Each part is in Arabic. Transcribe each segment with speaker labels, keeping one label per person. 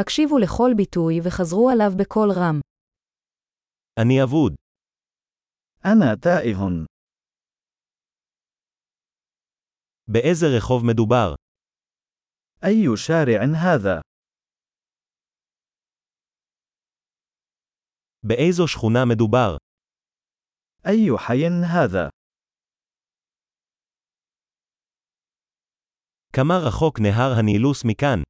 Speaker 1: הקשיבו לכל ביטוי וחזרו עליו בקול רם.
Speaker 2: אני אבוד.
Speaker 3: أنا تائه.
Speaker 2: באיזה רחוב מדובר?
Speaker 3: أي شارع هذا؟
Speaker 2: באיזו שכונה מדובר?
Speaker 3: أي حي هذا؟
Speaker 2: כמה רחוק נהר הנילוס מכאן?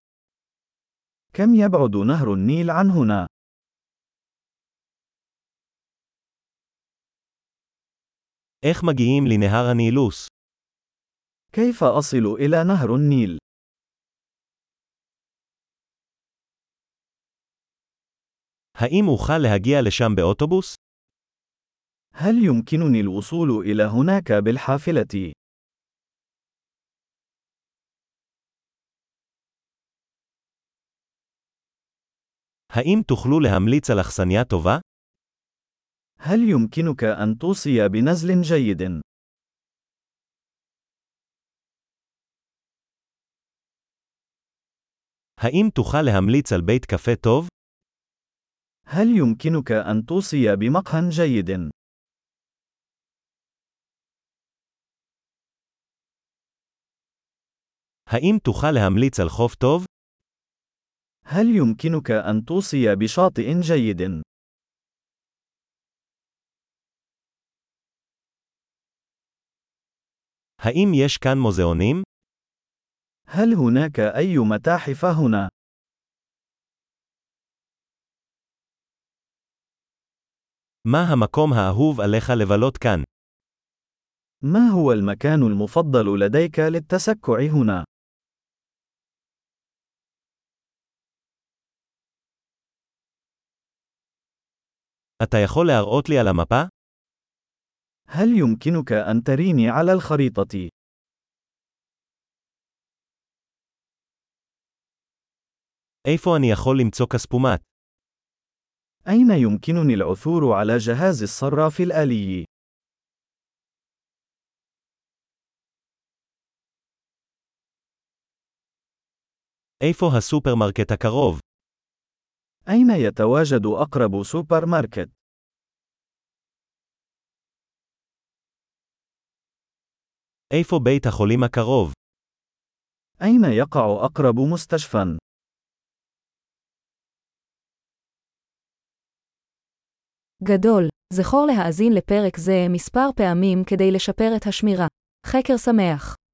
Speaker 3: كم يبعد نهر النيل عن هنا؟
Speaker 2: איך מגיעים לנהר הנילוס?
Speaker 3: كيف أصل إلى نهر النيل؟
Speaker 2: האם אוכל להגיע לשם באוטובוס?
Speaker 3: هل يمكنني الوصول إلى هناك بالحافلة؟
Speaker 2: האם תוכלו להמליץ על אכסניה טובה?
Speaker 3: هل يمكنك أن توصي بنزل جيد؟
Speaker 2: האם תוכל להמליץ על בית קפה טוב?
Speaker 3: هل يمكنك أن توصي بمقهى جيد؟
Speaker 2: האם תוכל להמליץ על חוף טוב?
Speaker 3: هل يمكنك أن توصي بشاطئ جيد؟
Speaker 2: האם יש כאן מוזיאונים?
Speaker 3: هل هناك أي متاحف هنا؟
Speaker 2: מה המקום האהוב עליך לבלות כאן?
Speaker 3: ما هو المكان المفضل لديك للتسكع هنا؟
Speaker 2: אתה יכול להראות לי על המפה?
Speaker 3: هل يمكنك أن تريني على الخريطة؟
Speaker 2: איפה אני יכול למצוא כספומט?
Speaker 3: أين يمكنني العثور على جهاز الصراف الآلي؟
Speaker 2: איפה הסופרמרקט הקרוב?
Speaker 3: أين يتواجد أقرب سوبر ماركت؟
Speaker 2: איפה בית החולים הקרוב?
Speaker 3: أين يقع أقرب مستشفى؟
Speaker 1: גדול, זכור להאזין לפרק זה מספר פעמים כדי לשפר את השמירה. חקר שמח.